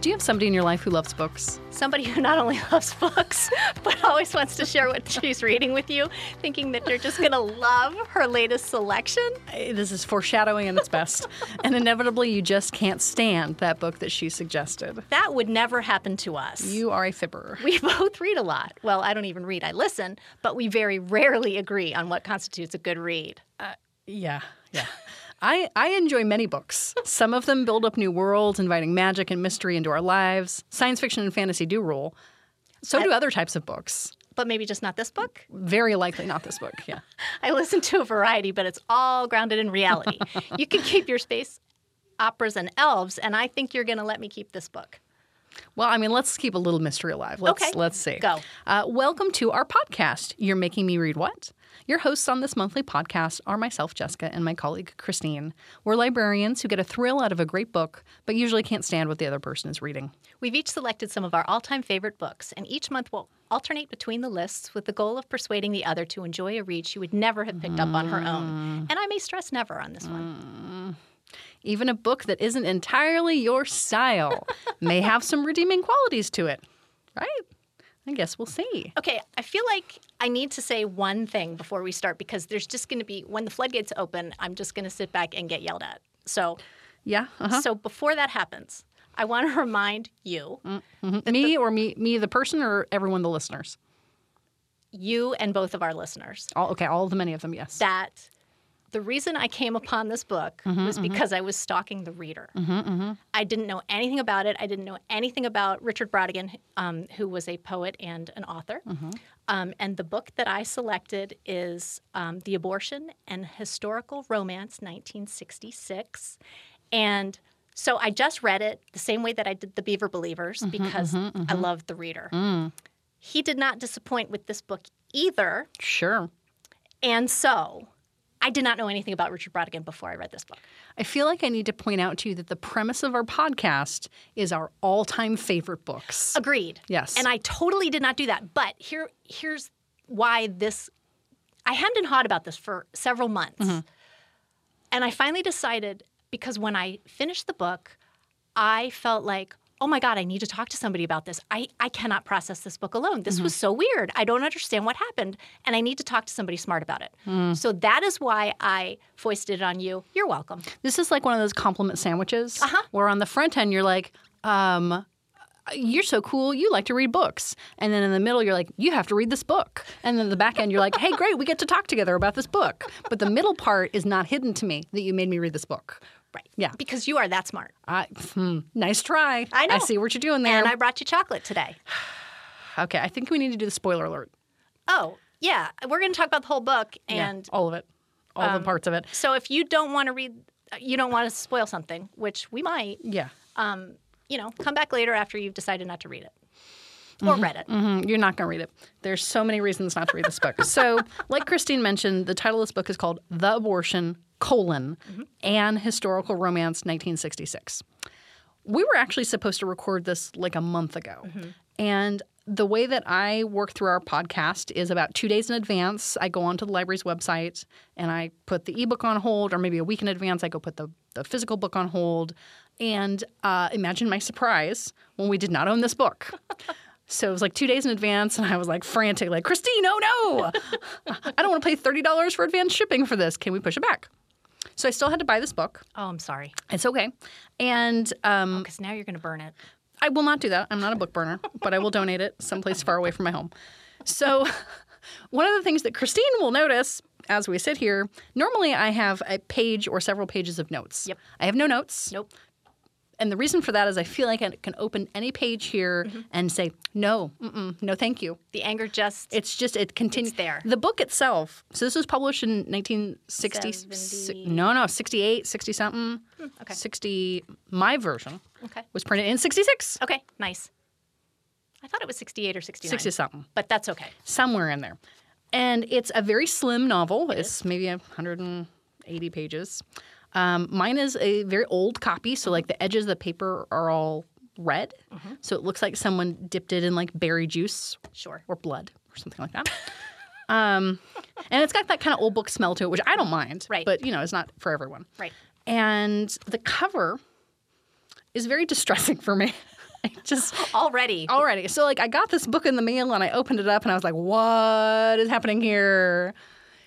Do you have somebody in your life who loves books? Somebody who not only loves books, but always wants to share what she's reading with you, thinking that you're just going to love her latest selection. This is foreshadowing at its best. and inevitably, you just can't stand that book that she suggested. That would never happen to us. You are a fibber. we both read a lot. Well, I don't even read, I listen, but we very rarely agree on what constitutes a good read. Yeah, yeah. I, I enjoy many books. Some of them build up new worlds, inviting magic and mystery into our lives. Science fiction and fantasy do rule. So do other types of books. But maybe just not this book. Very likely not this book. Yeah. I listen to a variety, but it's all grounded in reality. you can keep your space operas and elves, and I think you're going to let me keep this book. Well, I mean, let's keep a little mystery alive. Let's, Okay. Let's see. Go. Uh, welcome to our podcast. You're making me read what? Your hosts on this monthly podcast are myself, Jessica, and my colleague, Christine. We're librarians who get a thrill out of a great book, but usually can't stand what the other person is reading. We've each selected some of our all time favorite books, and each month we'll alternate between the lists with the goal of persuading the other to enjoy a read she would never have picked up on her own. And I may stress never on this one. Even a book that isn't entirely your style may have some redeeming qualities to it, right? I guess we'll see. Okay, I feel like I need to say one thing before we start because there's just going to be, when the floodgates open, I'm just going to sit back and get yelled at. So, Yeah. Uh-huh. so before that happens, I want to remind you Mhm. Me or me, me the person or everyone, the listeners. you and both of our listeners All okay. All the many of them. Yes. that the reason I came upon this book was because I was stalking the reader. I didn't know anything about it. I didn't know anything about Richard Brodigan, um, who was a poet and an author. Um, and the book that I selected is um, The Abortion and Historical Romance, 1966. And so I just read it the same way that I did The Beaver Believers because I loved the reader. He did not disappoint with this book either. Sure. And so I did not know anything about Richard Brodigan before I read this book. I feel like I need to point out to you that the premise of our podcast is our all-time favorite books. Agreed. Yes. And I totally did not do that. But here here's why this I hemmed and hawed about this for several months. Mm-hmm. And I finally decided because when I finished the book, I felt like, oh my God, I need to talk to somebody about this. I, I cannot process this book alone. This Mm-hmm. was so weird. I don't understand what happened. And I need to talk to somebody smart about it. Mm. So that is why I foisted it on you. You're welcome. This is like one of those compliment sandwiches Uh-huh. where on the front end you're like, um, you're so cool. You like to read books. And then in the middle, you're like, you have to read this book. And then the back end, you're like, hey, great, we get to talk together about this book. But the middle part is not hidden to me that you made me read this book. Right. Yeah. Because you are that smart. I, hmm, nice try. I know. I see what you're doing there. And I brought you chocolate today. okay, I think we need to do the spoiler alert. Oh, yeah. We're going to talk about the whole book. Yeah, And um, all of it, all the parts of it. so if you don't want to read, uh, you don't want to spoil something, which we might, um, Yeah. you know, come back later after you've decided not to read it or read it. Mm, You're not going to read it. There's so many reasons not to read this book. So, like Christine mentioned, the title of this book is called The Abortion, colon, An Historical Romance, 1966. We were actually supposed to record this like a month ago. And the way that I work through our podcast is about two days in advance, I go onto the library's website and I put the ebook on hold, or maybe a week in advance, I go put the, the physical book on hold. And uh, imagine my surprise when we did not own this book. So it was like two days in advance, and I was like frantic, like, Christine, oh no! I don't want to pay $30 for advance shipping for this. Can we push it back? So I still had to buy this book. Oh, I'm sorry. It's okay. And um, Because now you're going to burn it. I will not do that. I'm not a book burner, but I will donate it someplace far away from my home. So, one of the things that Christine will notice as we sit here, normally I have a page or several pages of notes. Yep. I have no notes. Nope. And the reason for that is I feel like I can open any page here Mm-hmm. and say, no, mm-mm, no, thank you. The anger just. It's just it continues It's there. The book itself. So this was published in 1960 Seventy- Hmm, No, no, 68, 60 something. okay. 60 my version okay. was printed in 66. Okay. Nice. I thought it was 68 or 69. 60 something. But that's okay. Somewhere in there. And it's a very slim novel. It's maybe 180 pages. Um, mine is a very old copy, so like the edges of the paper are all red. So it looks like someone dipped it in like berry juice Sure. or blood or something like that. um, and it's got that kind of old book smell to it, which I don't mind. Right. But you know, it's not for everyone. Right. And the cover is very distressing for me. I just Already. already. So like I got this book in the mail and I opened it up and I was like, what is happening here?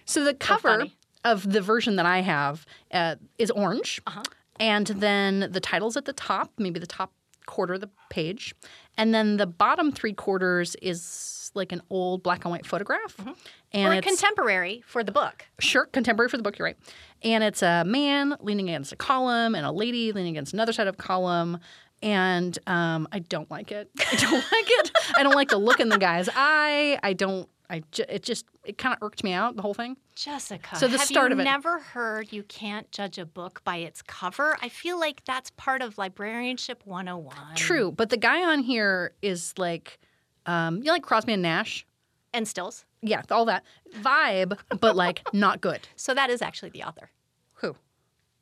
So the cover funny. of the version that I have uh, is orange, Uh-huh. and then the title's at the top, maybe the top quarter of the page, and then the bottom three quarters is like an old black and white photograph, and Mm-hmm. Or it's contemporary for the book. sure contemporary for the book. You're right, and it's a man leaning against a column and a lady leaning against another side of a column. And um, I don't like it. I don't like it. I don't like the look in the guy's eye. I don't. I ju- it just it kind of irked me out the whole thing. Jessica, So the have start you of it- never heard you can't judge a book by its cover? I feel like that's part of librarianship 101. True, but the guy on here is like, um, you know, like Crosby and Nash. And stills. Yeah, all that vibe, but like not good. So that is actually the author. Who?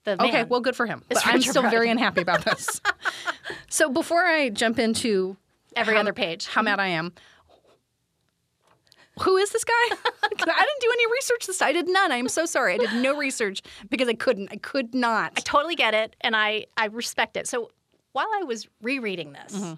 The man. Okay, well, good for him. It's But I'm Richard still very Brody. unhappy about this. so before I jump into every how- other page. how mad I am, who is this guy? 'Cause I didn't do any research this. I did none. I'm so sorry. I did no research because I couldn't. I could not. I totally get it, and I I respect it. So while I was rereading this, Mm-hmm.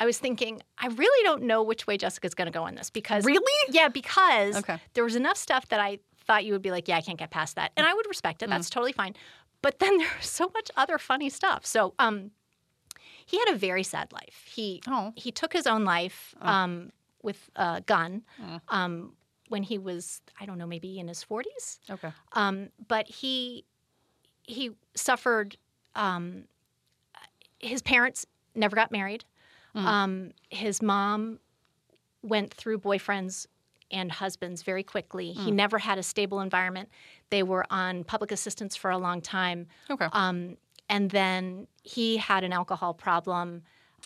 I was thinking I really don't know which way Jessica's going to go on this because Really? yeah, because Okay. there was enough stuff that I thought you would be like, yeah, I can't get past that, and I would respect it. Mm-hmm. That's totally fine. But then there's so much other funny stuff. So um, he had a very sad life. He Oh. he took his own life um with a gun Mm. um when he was I don't know maybe in his forties okay. um, but he he suffered. Um, his parents never got married. Um, his mom went through boyfriends and husbands very quickly. He never had a stable environment. They were on public assistance for a long time, Okay. um, and then he had an alcohol problem.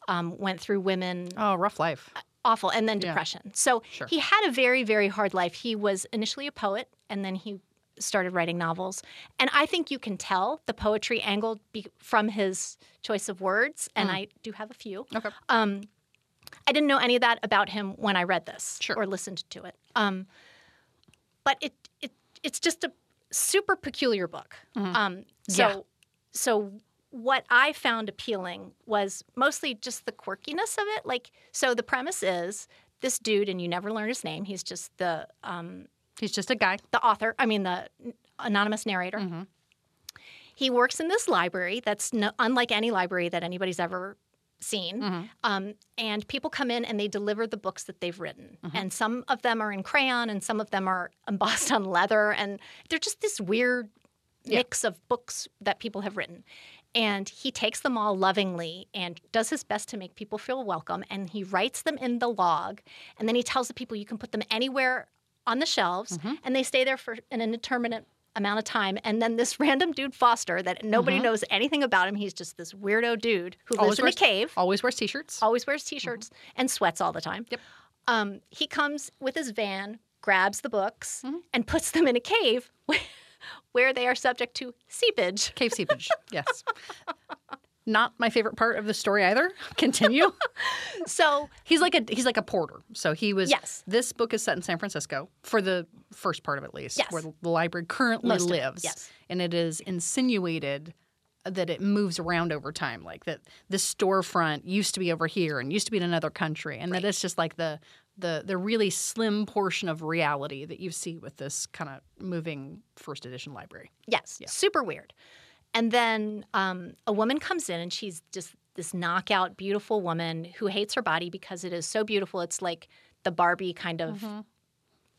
Um, went through women oh, rough life. awful and then depression so Sure. he had a very very hard life he was initially a poet and then he started writing novels and i think you can tell the poetry angle be- from his choice of words and i do have a few Okay. um, i didn't know any of that about him when i read this Sure. or listened to it um, but it, it it's just a super peculiar book um, so Mm-hmm. Yeah. so what I found appealing was mostly just the quirkiness of it. Like, so the premise is this dude, and you never learn his name. He's just the um, He's just a guy. the author. I mean, the n- anonymous narrator. He works in this library that's no, unlike any library that anybody's ever seen. Um, and people come in and they deliver the books that they've written. And some of them are in crayon, and some of them are embossed on leather, and they're just this weird mix of books that people have written. And he takes them all lovingly and does his best to make people feel welcome. And he writes them in the log. And then he tells the people you can put them anywhere on the shelves and they stay there for an indeterminate amount of time. And then this random dude, Foster, that nobody knows anything about him, he's just this weirdo dude who lives in a wears cave, Always wears t-shirts. always wears t shirts, and sweats all the time. Yep. Um, he comes with his van, grabs the books, and puts them in a cave. Where they are subject to seepage. Cave seepage. yes. Not my favorite part of the story either. Continue. So He's like a he's like a porter. So he was. Yes. This book is set in San Francisco for the first part of it, at least, Yes. where the library currently Most of it, lives. yes. And it is insinuated that it moves around over time, like that this storefront used to be over here and used to be in another country, and that it's just like the the the really slim portion of reality that you see with this kind of moving first edition library. Yes, super weird. And then um, a woman comes in, and she's just this knockout, beautiful woman who hates her body because it is so beautiful. It's like the Barbie kind of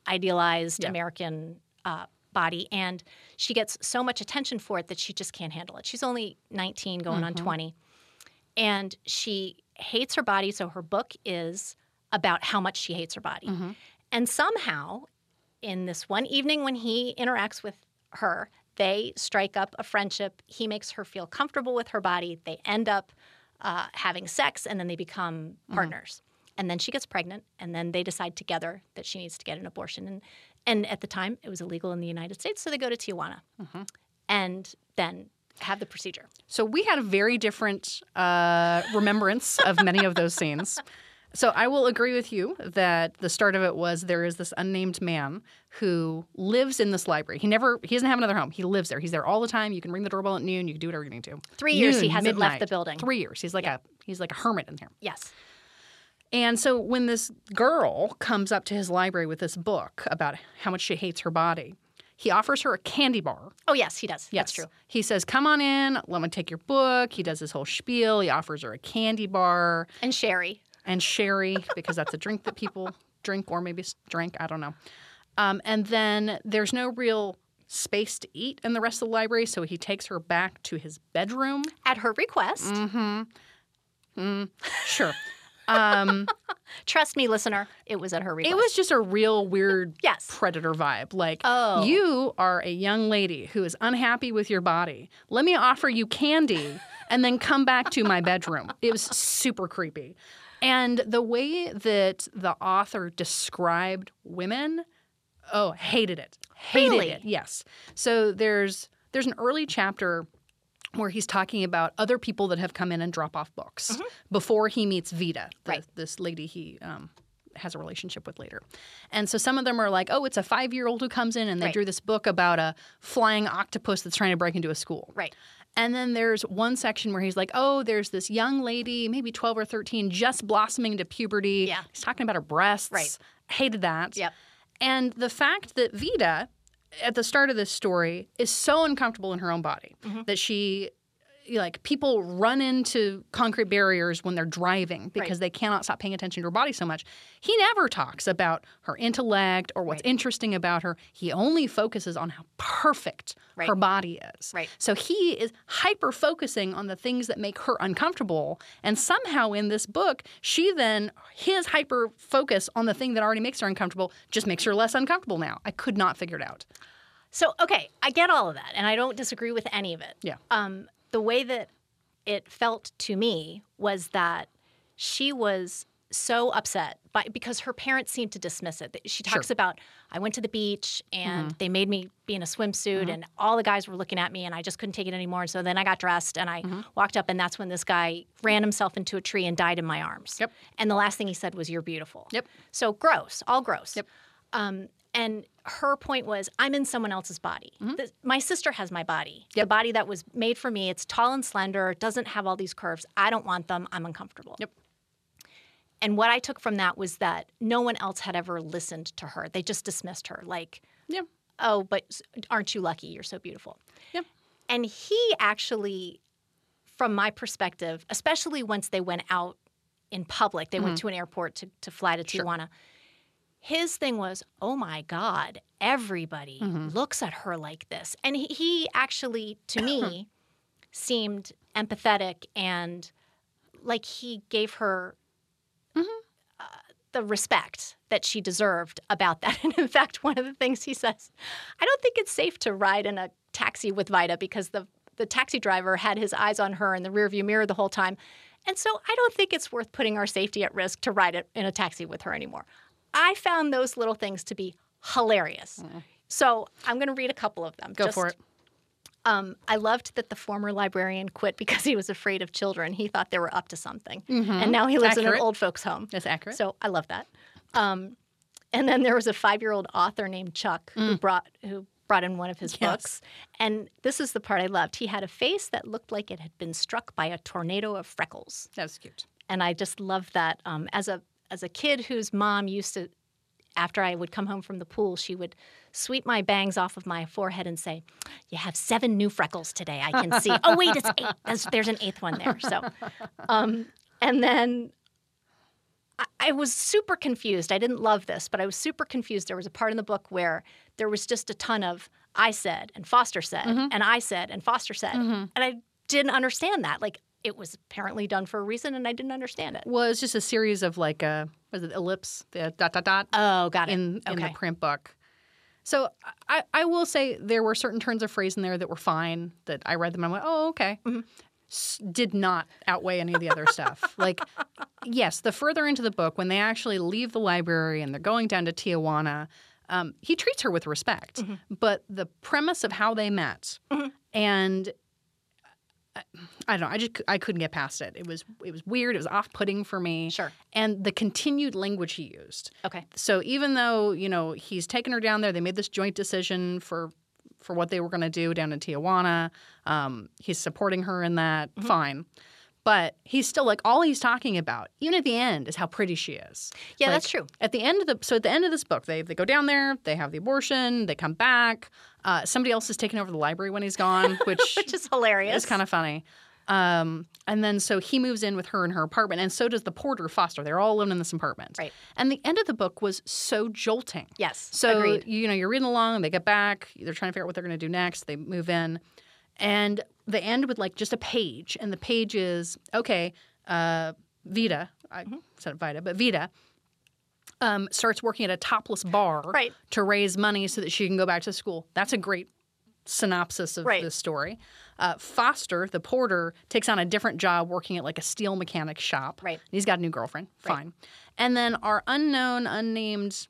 idealized American uh, body, and she gets so much attention for it that she just can't handle it. She's only 19, going on 20, and she hates her body. So her book is about how much she hates her body, and somehow in this one evening when he interacts with her, they strike up a friendship. He makes her feel comfortable with her body. They end up uh, having sex and then they become partners. And then she gets pregnant and then they decide together that she needs to get an abortion. And, and at the time, it was illegal in the United States, so they go to Tijuana and then have the procedure. So we had a very different uh, remembrance of many of those scenes. So I will agree with you that the start of it was there is this unnamed man who lives in this library. He never he doesn't have another home. He lives there. He's there all the time. You can ring the doorbell at noon. You can do whatever you need to. Three years he Noon, hasn't left the midnight. building. Three years. He's like a he's like a hermit in there. Yes. And so when this girl comes up to his library with this book about how much she hates her body, he offers her a candy bar. Oh, yes, he does. That's true. He says, "Come on in. Let me take your book." He does his whole spiel. He offers her a candy bar And Sherry. and sherry because that's a drink that people drink or maybe s- drank i don't know um, and then there's no real space to eat in the rest of the library so he takes her back to his bedroom Mm-hmm. At her request, Mm. sure um, trust me, listener, it was at her request. it was just a real weird Yes. predator vibe like Oh. you are a young lady who is unhappy with your body let me offer you candy and then come back to my bedroom it was super creepy and the way that the author described women oh hated it hated Really? it yes so there's there's an early chapter where he's talking about other people that have come in and drop off books before he meets Vita, the, Mm-hmm. Right. this lady he um, has a relationship with later. And so some of them are like, oh, it's a five year old who comes in and they Right. drew this book about a flying octopus that's trying to break into a school. Right. And then there's one section where he's like, oh, there's this young lady, maybe 12 or 13, just blossoming into puberty. Yeah. He's talking about her breasts. Right. Hated that. Yep. And the fact that Vita, at the start of this story, is so uncomfortable in her own body that she, like, people run into concrete barriers when they're driving because they cannot stop paying attention to her body so much. He never talks about her intellect or what's interesting about her. He only focuses on how perfect Right. her body is. Right. So he is hyper focusing on the things that make her uncomfortable. And somehow in this book, she then, his hyper focus on the thing that already makes her uncomfortable just makes her less uncomfortable now. I could not figure it out. So, okay, I get all of that, and I don't disagree with any of it. Yeah. Um, the way that it felt to me was that she was so upset by, because her parents seemed to dismiss it. She talks about, I went to the beach and Mm-hmm. they made me be in a swimsuit, and all the guys were looking at me, and I just couldn't take it anymore. And so then I got dressed and I Mm-hmm. walked up, and that's when this guy ran himself into a tree and died in my arms. Yep. And the last thing he said was, You're beautiful. Yep. So gross, all gross. Yep. Um, and her point was, I'm in someone else's body. This- my sister has my body, the Yep. body that was made for me. It's tall and slender, it doesn't have all these curves. I don't want them. I'm uncomfortable. Yep. And what I took from that was that no one else had ever listened to her. They just dismissed her, like, Yeah. oh, but s- aren't you lucky? You're so beautiful. Yeah. And he actually, from my perspective, especially once they went out in public, they Mm-hmm. went to an airport to, to fly to Tijuana. His thing was, oh my God, everybody Mm-hmm. looks at her like this. And he, he actually, to me, seemed empathetic and like he gave her Mm-hmm. uh, the respect that she deserved about that. And in fact, one of the things he says, I don't think it's safe to ride in a taxi with Vida because the the taxi driver had his eyes on her in the rearview mirror the whole time. And so I don't think it's worth putting our safety at risk to ride it in a taxi with her anymore. I found those little things to be hilarious. So I'm going to read a couple of them. Mm. Go Just- for it. um, I loved that the former librarian quit because he was afraid of children. He thought they were up to something. And now he lives in an Mm-hmm. Accurate. old folks' home. That's accurate. So I love that. Um, and then there was a five-year-old author named Chuck who brought who brought in one of his Mm. Yes. books. And this is the part I loved. He had a face that looked like it had been struck by a tornado of freckles That was cute. and I just love that. Um, as a as a kid whose mom used to, after I would come home from the pool, she would sweep my bangs off of my forehead and say, "You have seven new freckles today. I can see. oh wait, it's eight. There's, there's an eighth one there." So, um, and then. I- I was super confused. I didn't love this, but I was super confused. There was a part in the book where there was just a ton of I said and Foster said and I said and Foster said. And I didn't understand that. Like it was apparently done for a reason and I didn't understand it. Well, it's just a series of like, uh, what is it, ellipse, the dot, dot, dot. Oh, got in, in the Okay. print book. So I, I will say there were certain turns of phrase in there that were fine that I read them and I went, oh, okay. Mm-hmm. S- did not outweigh any of the other stuff. Like, yes, the further into the book, when they actually leave the library and they're going down to Tijuana, um, he treats her with Mm-hmm. respect. But the premise of how they met and uh, I don't know. I just I couldn't get past it. It was it was weird. It was off putting for me. Sure. And the continued language he used. Okay. So even though you know he's taken her down there, they made this joint decision for for what they were going to do down in Tijuana. Um, he's supporting her in that. Mm-hmm. Fine. But he's still like all he's talking about, even at the end, is how pretty she is. Yeah, Like, that's true. At the end of the so at the end of this book, they they go down there, they have the abortion, they come back. Uh, somebody else has taken over the library when he's gone, which Which is hilarious. it's kind of funny. Um, and then so he moves in with her in her apartment, and so does the porter Foster. They're all alone in this apartment. Right. And the end of the book was so jolting. Yes. So agreed. you know you're reading along, they get back, they're trying to figure out what they're going to do next. They move in, and they end with like just a page, and the page is okay. Uh, Vita, I Mm-hmm. said Vita, but Vita um, starts working at a topless bar Right. to raise money so that she can go back to school. That's a great synopsis of Right. this story. Uh, Foster, the porter, takes on a different job working at like a steel mechanic shop. Right. He's got a new girlfriend. Fine. And then our unknown, unnamed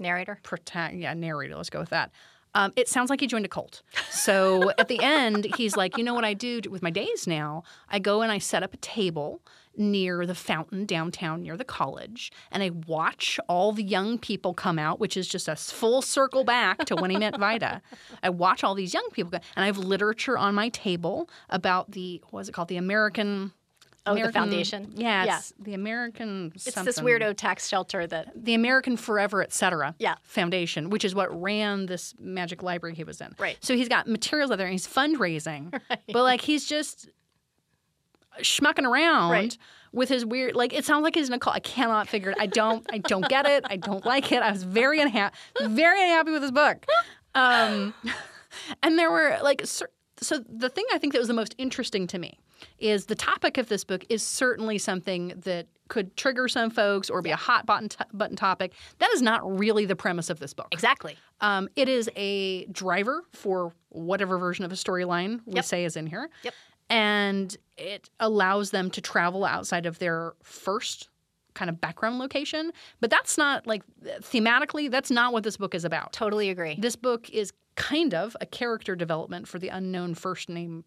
Narrator. protag- yeah, narrator, let's go with that. Um, it sounds like he joined a cult. So at the end, he's like, you know what I do with my days now? I go and I set up a table near the fountain downtown near the college, and I watch all the young people come out, which is just a s- full circle back to when he met Vida. I watch all these young people, go, and I have literature on my table about the what is it called? The American. Oh, the American- foundation? Yeah, Yeah. it's the American. It's this Mm, something weirdo tax shelter that the American Forever, et cetera, Yeah. foundation, which is what ran this magic library he was in. Right. So he's got materials out there and he's fundraising, but like he's just schmucking around Right. with his weird. Like it sounds like he's in a call. I cannot figure it. I don't. I don't get it. I don't like it. I was very unhappy. Very unhappy with this book. Um, and there were like cer- so the thing I think that was the most interesting to me is the topic of this book is certainly something that could trigger some folks or be a hot button t- button topic. That is not really the premise of this book. exactly. Um, it is a driver for whatever version of a storyline we Yep. say is in here. Yep. And it allows them to travel outside of their first kind of background location. But that's not like thematically, that's not what this book is about. Totally agree. This book is kind of a character development for the unknown first name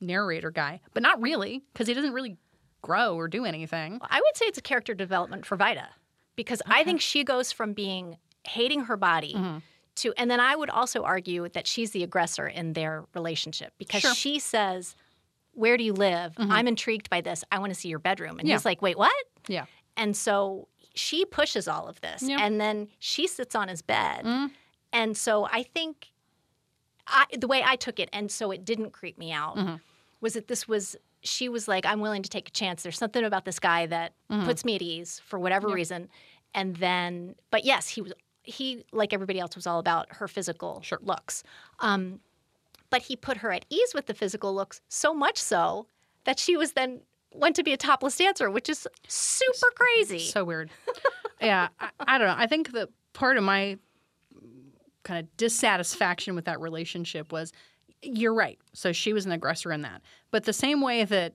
narrator guy, but not really, because he doesn't really grow or do anything. I would say it's a character development for Vida because I think she goes from being hating her body Mm-hmm. to, and then I would also argue that she's the aggressor in their relationship because Sure. Mm-hmm. she says, Where do you live? I'm intrigued by this. I want to see your bedroom. And Yeah. he's like, Wait, what? Yeah. And so she pushes all of this. Yeah. Mm-hmm. And then she sits on his bed. And so I think I, the way I took it, and so it didn't creep me out, Mm-hmm. was that this was, she was like, I'm willing to take a chance. There's something about this guy that Mm-hmm. puts me at ease for whatever reason. And then, but yes, he was, he, like everybody else, was all about her physical looks. Um, but he put her at ease with the physical looks so much so that she was then went to be a topless dancer, which is super crazy. So weird. yeah, I, I don't know. I think that part of my kind of dissatisfaction with that relationship was you're right. So she was an aggressor in that. But the same way that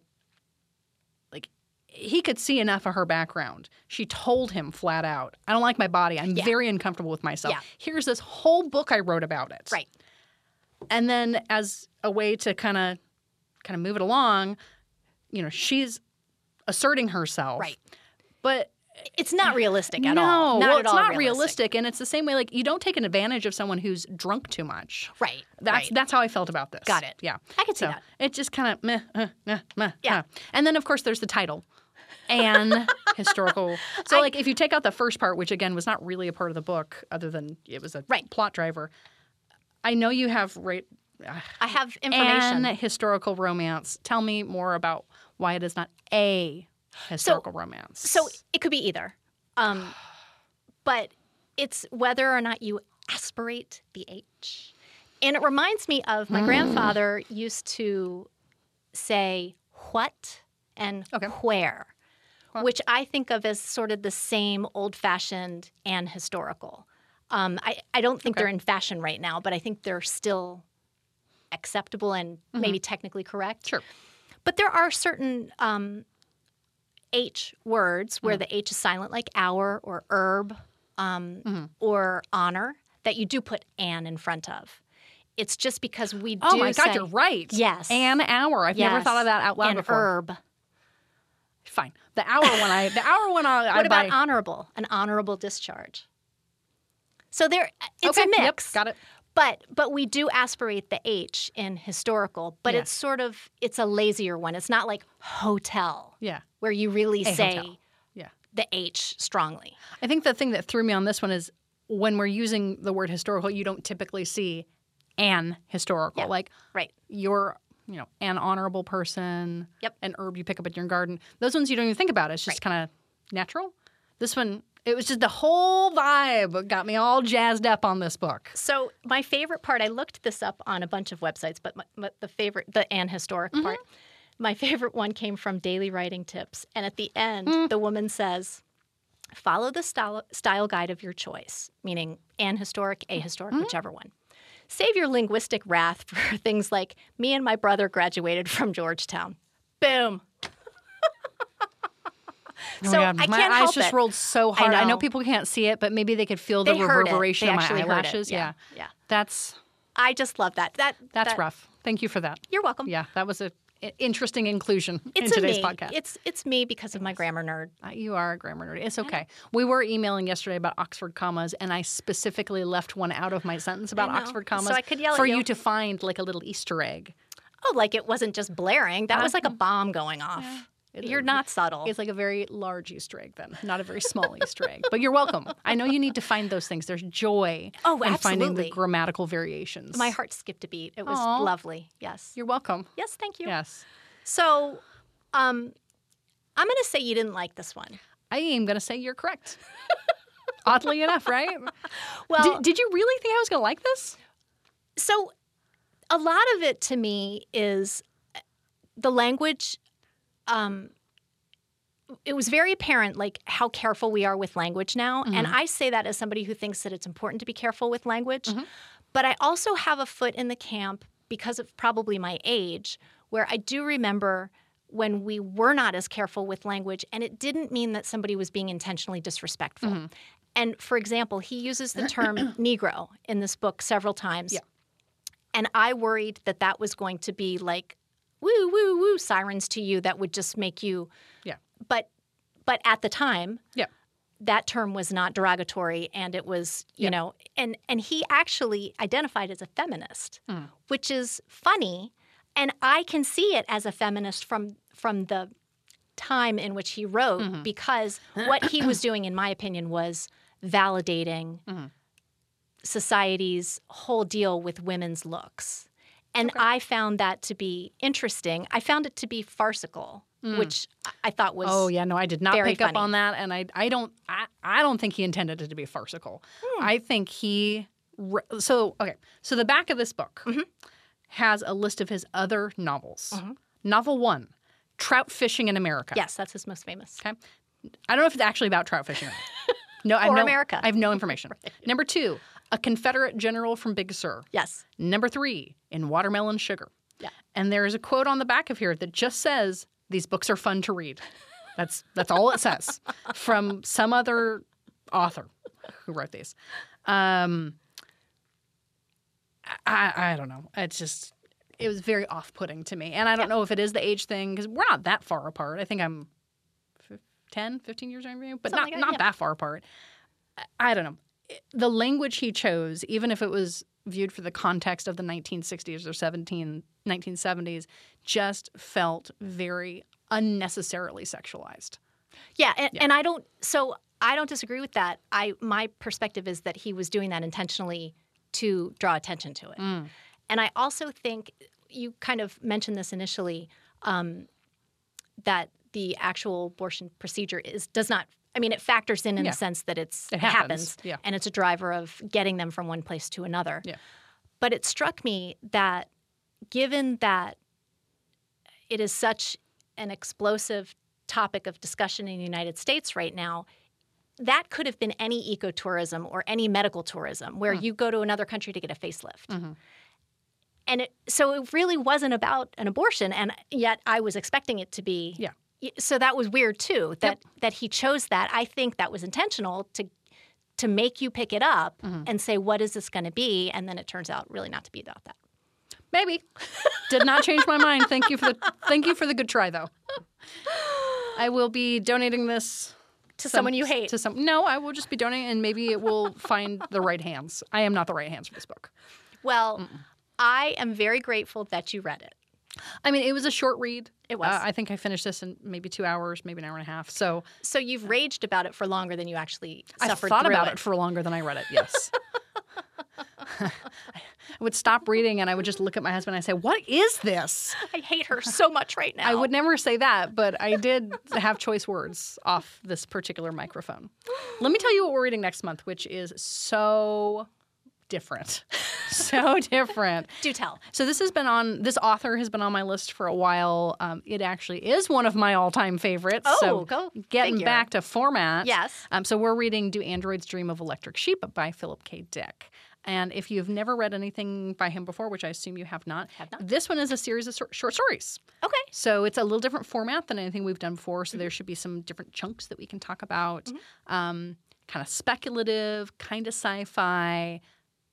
like he could see enough of her background. She told him flat out, I don't like my body. I'm Yeah. very uncomfortable with myself. Yeah. Here's this whole book I wrote about it. right. And then as a way to kind of kind of move it along, you know, she's asserting herself. Right. But It's not realistic at no, all. Not well, at it's all not realistic, and it's the same way. Like you don't take an advantage of someone who's drunk too much. Right. That's right. that's how I felt about this. Got it. Yeah, I could see so that. it just kind of meh, uh, meh, meh, Yeah. huh. And then of course there's the title, and historical. So like if you take out the first part, which again was not really a part of the book, other than it was a Right. plot driver. I know you have right I have information. an historical romance. Tell me more about why it is not a historical romance. so it could be either. Um, but it's whether or not you aspirate the H. And it reminds me of my grandfather used to say what and Okay. where, which I think of as sort of the same old fashioned and historical. Um, I, I don't think they're in fashion right now, but I think they're still acceptable and maybe technically correct. sure. But there are certain um, H words Mm. where the H is silent, like hour or Mm-hmm. herb um, or honor, that you do put an in front of. It's just because we do. Oh my God, say- you're right. Yes. An hour. I've never Yes. er. thought of that out loud An before. herb. Fine. The hour when I the hour when I, What I about um, buy. honorable? An honorable discharge. So there, it's okay, a Yep, mix. got it. But but we do aspirate the H in historical, but Yes. it's sort of it's a lazier one. It's not like hotel Yeah. where you really say hotel. Yeah. the H strongly. I think the thing that threw me on this one is when we're using the word historical, you don't typically see an historical. Yeah. Like Right. you're, you know, an honorable person, Yep. an herb you pick up in your garden. Those ones you don't even think about. It's just kind of natural. This one, it was just the whole vibe got me all jazzed up on this book. So my favorite part, I looked this up on a bunch of websites, but, my, but the favorite, the and historic Mm-hmm. part, my favorite one came from Daily Writing Tips, and at the end, Mm. the woman says, "Follow the style, style guide of your choice," meaning an historic, a historic, Mm-hmm. whichever one. Save your linguistic wrath for things like me and my brother graduated from Georgetown. Boom. Oh my so God, I can't my eyes help just it. rolled so hard. I know. know. people can't see it, but maybe they could feel the They heard it. reverberation They of my actually heard it. eyelashes. Yeah. yeah, yeah. That's I just love that. That that's that, rough. Thank you for that. You're welcome. Yeah, that was a i- interesting inclusion It's in a today's me. podcast. It's it's me because of my grammar nerd. Uh, You are a grammar nerd. It's okay. We were emailing yesterday about Oxford commas, and I specifically left one out of my sentence about know. Oxford commas So I could yell at for you. to find like a little Easter egg. Oh, like it wasn't just blaring. That was like a Uh-huh. bomb going off. You're not subtle. It's like a very large Easter egg, then, not a very small Easter egg. But you're welcome. I know you need to find those things. There's joy Oh, in finding the absolutely. grammatical variations. my heart skipped a beat. It was Aw. lovely. Yes. You're welcome. yes, thank you. Yes. So, um I'm going to say you didn't like this one. I am going to say you're correct. Oddly enough, right? Well, did, did you really think I was going to like this? so a lot of it to me is uh, the language um it was very apparent like how careful we are with language now and i say that as somebody who thinks that it's important to be careful with language but i also have a foot in the camp because of probably my age where i do remember when we were not as careful with language and it didn't mean that somebody was being intentionally disrespectful and for example he uses the term negro in this book several times Yeah. and I worried that that was going to be like woo woo woo sirens to you that would just make you Yeah. but but at the time Yeah. that term was not derogatory and it was you know and and he actually identified as a feminist Hmm. which is funny and I can see it as a feminist from from the time in which he wrote Mm-hmm. because what he was doing in my opinion was validating Mm-hmm. society's whole deal with women's looks. And I found that to be interesting. I found it to be farcical, which I- I thought was Mm. Oh yeah, no, I did not very pick up funny. on that, and I I don't I, I don't think he intended it to be farcical. Hmm. I think he re- so okay. So the back of this book Mm-hmm. has a list of his other novels. Novel one, Trout Fishing in America. yes, that's his most famous. Okay. I don't know if it's actually about trout fishing. or not. No, I have Or no, America. I have no information. Number two, a Confederate general from Big Sur. Yes. Number three, in watermelon sugar. Yeah. And there is a quote on the back of here that just says, "These books are fun to read." That's that's all it says from some other author who wrote these. Um, I I don't know. It's just it was very off-putting to me, and I don't know if it is the age thing because we're not that far apart. I think I'm fif- 10, 15 years younger than you, but Something not like that, not yeah. that far apart. I don't know. The language he chose, even if it was viewed for the context of the 1960s or 17, 1970s, just felt very unnecessarily sexualized. Yeah, and, and I don't so I don't disagree with that. I my perspective is that he was doing that intentionally to draw attention to it. Mm. And I also think you kind of mentioned this initially um, that the actual abortion procedure is does not. I mean, it factors in in Yeah. the sense that it's It happens, yeah. and it's a driver of getting them from one place to another. Yeah. But it struck me that given that it is such an explosive topic of discussion in the United States right now, that could have been any ecotourism or any medical tourism where Hmm. you go to another country to get a facelift. Mm-hmm. And it, so it really wasn't about an abortion, and yet I was expecting it to be. Yeah. Y- So that was weird too that that he chose that. I think that was intentional to to make you pick it up Mm-hmm. and say, what is this going to be? And then it turns out really not to be about that. Maybe. Did not change my mind. Thank you for the thank you for the good try though. I will be donating this To some- someone you hate. To some No, I will just be donating and maybe it will find the right hands. I am not the right hands for this book. Well, I am very grateful that you read it. I mean, it was a short read. It was. Uh, I think I finished this in maybe 2 hours, maybe an hour and a half. So, So you've raged about it for longer than you actually I suffered thought through about it. for longer than I read it. Yes. I would stop reading and I would just look at my husband and I'd say, "What is this?" I hate her so much right now. I would never say that, but I did have choice words off this particular microphone. Let me tell you what we're reading next month, which is so different. so different. do tell. So this has been on this author has been on my list for a while. Um, it actually is one of my all time favorites. so Oh, go getting figure. back to format. Yes. Um, so we're reading "Do Androids Dream of Electric Sheep" by Philip K. Dick. And if you've never read anything by him before, which I assume you have not, Have not. this one is a series of sor- short stories. Okay. So it's a little different format than anything we've done before. So there should be some different chunks that we can talk about. Mm-hmm. Um, kind of speculative, kind of sci fi,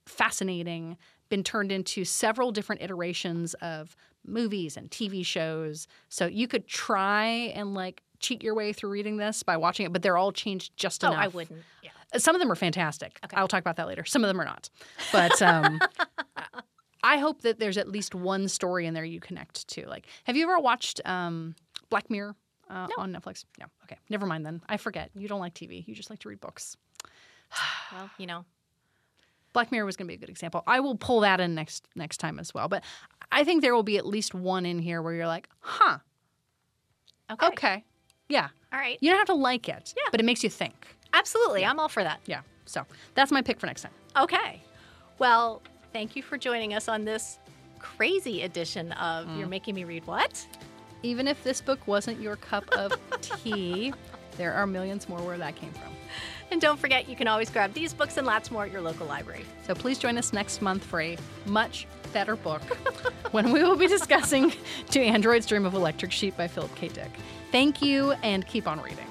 fascinating, been turned into several different iterations of movies and TV shows. So you could try and like cheat your way through reading this by watching it, but they're all changed just Oh, enough. I wouldn't. Yeah. Some of them are fantastic. Okay. I'll talk about that later. Some of them are not. But um, I hope that there's at least one story in there you connect to. Like, have you ever watched um, Black Mirror uh, on Netflix? No. Okay. Never mind then. I forget. You don't like TV. You just like to read books. Well, you know. Black Mirror was going to be a good example. I will pull that in next next time as well. But I think there will be at least one in here where you're like, huh, Okay. okay, yeah. All right. You don't have to like it, yeah. but it makes you think. Absolutely. I'm all for that. Yeah. So that's my pick for next time. Okay. Well, thank you for joining us on this crazy edition of You're Making Me Read What? Even if this book wasn't your cup of tea, there are millions more where that came from. And don't forget, you can always grab these books and lots more at your local library. So please join us next month for a much better book when we will be discussing To Androids Dream of Electric Sheep by Philip K. Dick. Thank you and keep on reading.